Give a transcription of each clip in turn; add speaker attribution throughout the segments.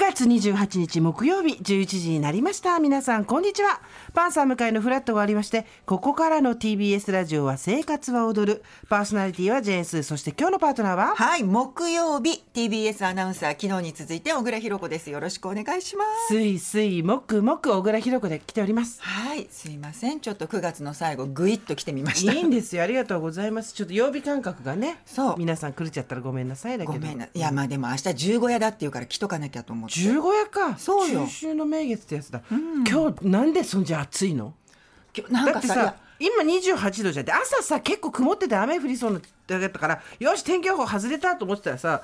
Speaker 1: 月28日木曜日11時になりました皆さんこんにちはパンサー向かいのフラットがありましてここからの TBS ラジオは生活は踊るパーソナリティはジェーンスーそして今日のパートナーは
Speaker 2: はい木曜日 TBS アナウンサー昨日に続いて小倉弘子ですよろしくお願いします
Speaker 1: すいすいもくもく小倉弘子で来ております
Speaker 2: はいすいませんちょっと9月の最後ぐいっと来てみまし
Speaker 1: い
Speaker 2: た
Speaker 1: いんですよありがとうございますちょっと曜日感覚がね
Speaker 2: そう
Speaker 1: 皆さん狂っちゃったらごめんなさいだけ
Speaker 2: ご
Speaker 1: ど
Speaker 2: めんないやまあでも明日十五夜だっていうから来とかなきゃと思って
Speaker 1: 十五夜か
Speaker 2: そうよ
Speaker 1: 中秋の名月ってやつだ、今日なんでそんじゃ暑いの
Speaker 2: 今日なん
Speaker 1: だ
Speaker 2: か
Speaker 1: って
Speaker 2: さいや
Speaker 1: さ今28度じゃんで朝さ結構曇ってて雨降りそうなだったからよし天気予報外れたと思ってたらさ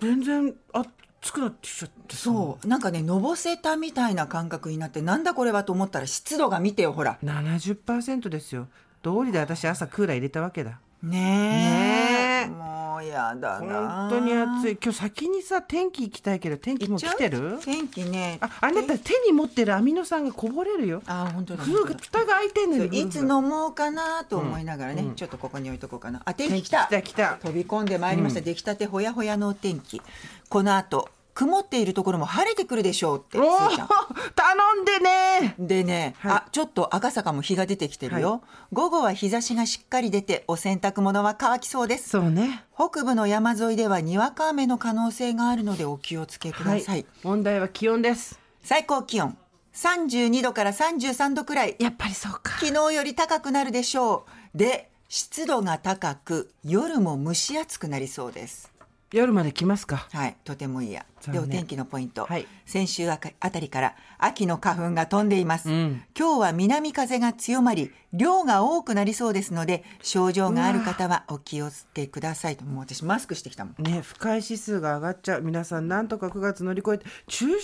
Speaker 1: 全然暑くなってきちゃってさ
Speaker 2: そうなんかねのぼせたみたいな感覚になってなんだこれはと思ったら湿度が見てよほら
Speaker 1: 70%ですよ道理で私朝クーラー入れたわけだ
Speaker 2: ねえ
Speaker 1: ねえ
Speaker 2: もうやだな
Speaker 1: 本当に暑い今日先にさ天気行きたいけど天気もう来てる
Speaker 2: 天気ね
Speaker 1: ああなた手に持ってるアミノ酸がこぼれるよ
Speaker 2: あ本当だ
Speaker 1: ふう蓋が開いてんの
Speaker 2: そう
Speaker 1: に
Speaker 2: いつ飲もうかなと思いながらね、ちょっとここに置いとこうかなあ天気来た
Speaker 1: 来た来た
Speaker 2: 飛び込んでまいりました、出来たてほやほやのお天気この後曇っているところも晴れてくるでしょうって
Speaker 1: おお
Speaker 2: す
Speaker 1: ー
Speaker 2: ーちゃん
Speaker 1: 頼んでね
Speaker 2: でね、
Speaker 1: はい
Speaker 2: あちょっと赤坂も日が出てきてるよ、午後は日差しがしっかり出てお洗濯物は乾きそうです
Speaker 1: そうね
Speaker 2: 北部の山沿いではにわか雨の可能性があるのでお気をつけください、
Speaker 1: 問題は気温です
Speaker 2: 最高気温32度から33度くらい
Speaker 1: やっぱりそうか
Speaker 2: 昨日より高くなるでしょうで湿度が高く夜も蒸し暑くなりそうです
Speaker 1: 夜まで来ますか
Speaker 2: はいとてもいいや
Speaker 1: 残
Speaker 2: で
Speaker 1: 念
Speaker 2: お天気のポイント、
Speaker 1: はい
Speaker 2: 先週あかあたりから秋の花粉が飛んでいます、
Speaker 1: ん
Speaker 2: 今日は南風が強まり量が多くなりそうですので症状がある方はお気をつけくださいともう私マスクしてきたもん
Speaker 1: ね不快指数が上がっちゃう皆さんなんとか9月乗り越えて中秋の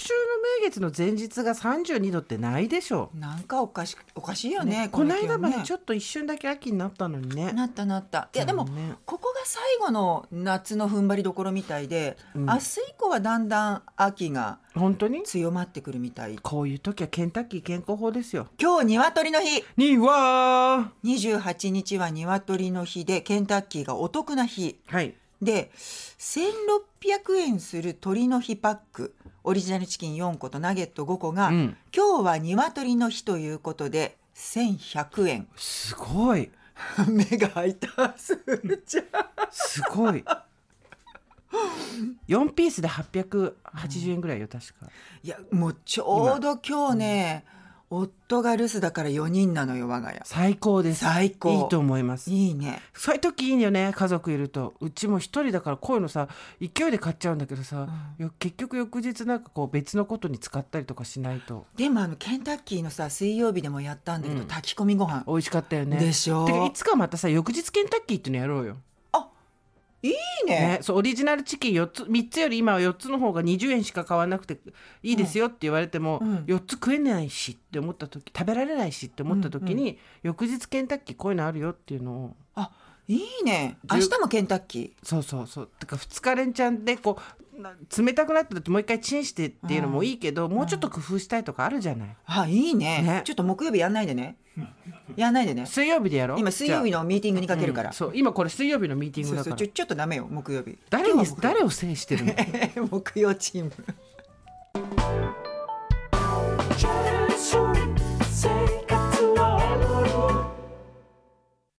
Speaker 1: 名月の前日が32度ってないでしょ
Speaker 2: なんかおかしおかしいよ
Speaker 1: う、
Speaker 2: ね
Speaker 1: この間まで
Speaker 2: ね
Speaker 1: ちょっと一瞬だけ秋になったのにね
Speaker 2: なったなったいやでも、
Speaker 1: 残念
Speaker 2: ここが最後の夏の踏ん張りどころみたいで、
Speaker 1: うん
Speaker 2: 明日以降はだんだん秋が
Speaker 1: 本当に
Speaker 2: 強まってくるみたい
Speaker 1: こういう時はケンタッキー健康法ですよ
Speaker 2: 今日鶏の日
Speaker 1: にわ
Speaker 2: 28日は鶏の日でケンタッキーがお得な日
Speaker 1: ーはい
Speaker 2: で1600円する鶏の日パックオリジナルチキン4個とナゲット5個が、
Speaker 1: うん
Speaker 2: 今日は鶏の日ということで1100円
Speaker 1: すごい
Speaker 2: 目が開いたすーちゃん
Speaker 1: すご い4ピースで880円ぐらいよ確か
Speaker 2: いやもうちょうど今日ね、夫が留守だから4人なのよ我が家
Speaker 1: 最高です
Speaker 2: 最高
Speaker 1: いいと思います
Speaker 2: いいね
Speaker 1: そういう時いいよね家族いるとうちも一人だからこういうのさ勢いで買っちゃうんだけどさ、よ結局翌日なんかこう別のことに使ったりとかしないと
Speaker 2: でもあのケンタッキーのさ水曜日でもやったんだけど、
Speaker 1: うん
Speaker 2: 炊き込みご飯
Speaker 1: 美味しかったよね
Speaker 2: でしょ
Speaker 1: てかいつかまたさ翌日ケンタッキーっていうのやろうよ、
Speaker 2: いいね
Speaker 1: ね、そうオリジナルチキン4つ3つより今は4つの方が20円しか買わなくていいですよって言われても、
Speaker 2: うん
Speaker 1: 4つ食えないしって思った時食べられないしって思った時に、翌日ケンタッキーこういうのあるよっていうのを
Speaker 2: あいいね明日もケンタッキ
Speaker 1: そうそうそうてか2日連チャンでこうな冷たくなった時もう一回チンしてっていうのもいいけど、もうちょっと工夫したいとかあるじゃない、
Speaker 2: ーあいいね
Speaker 1: ね
Speaker 2: ちょっと木曜日やんないでねやんないでね
Speaker 1: 水曜日でやろう
Speaker 2: 今水曜日
Speaker 1: の
Speaker 2: のミーティングにかけるから、
Speaker 1: そう今これ水曜日のミーティン
Speaker 2: そ
Speaker 1: グ
Speaker 2: う
Speaker 1: だ
Speaker 2: そ
Speaker 1: か
Speaker 2: う
Speaker 1: ら
Speaker 2: ちょちょっとダメよ木曜日
Speaker 1: 誰に
Speaker 2: 今日は
Speaker 1: 誰を制してるの
Speaker 2: 木曜木曜チーム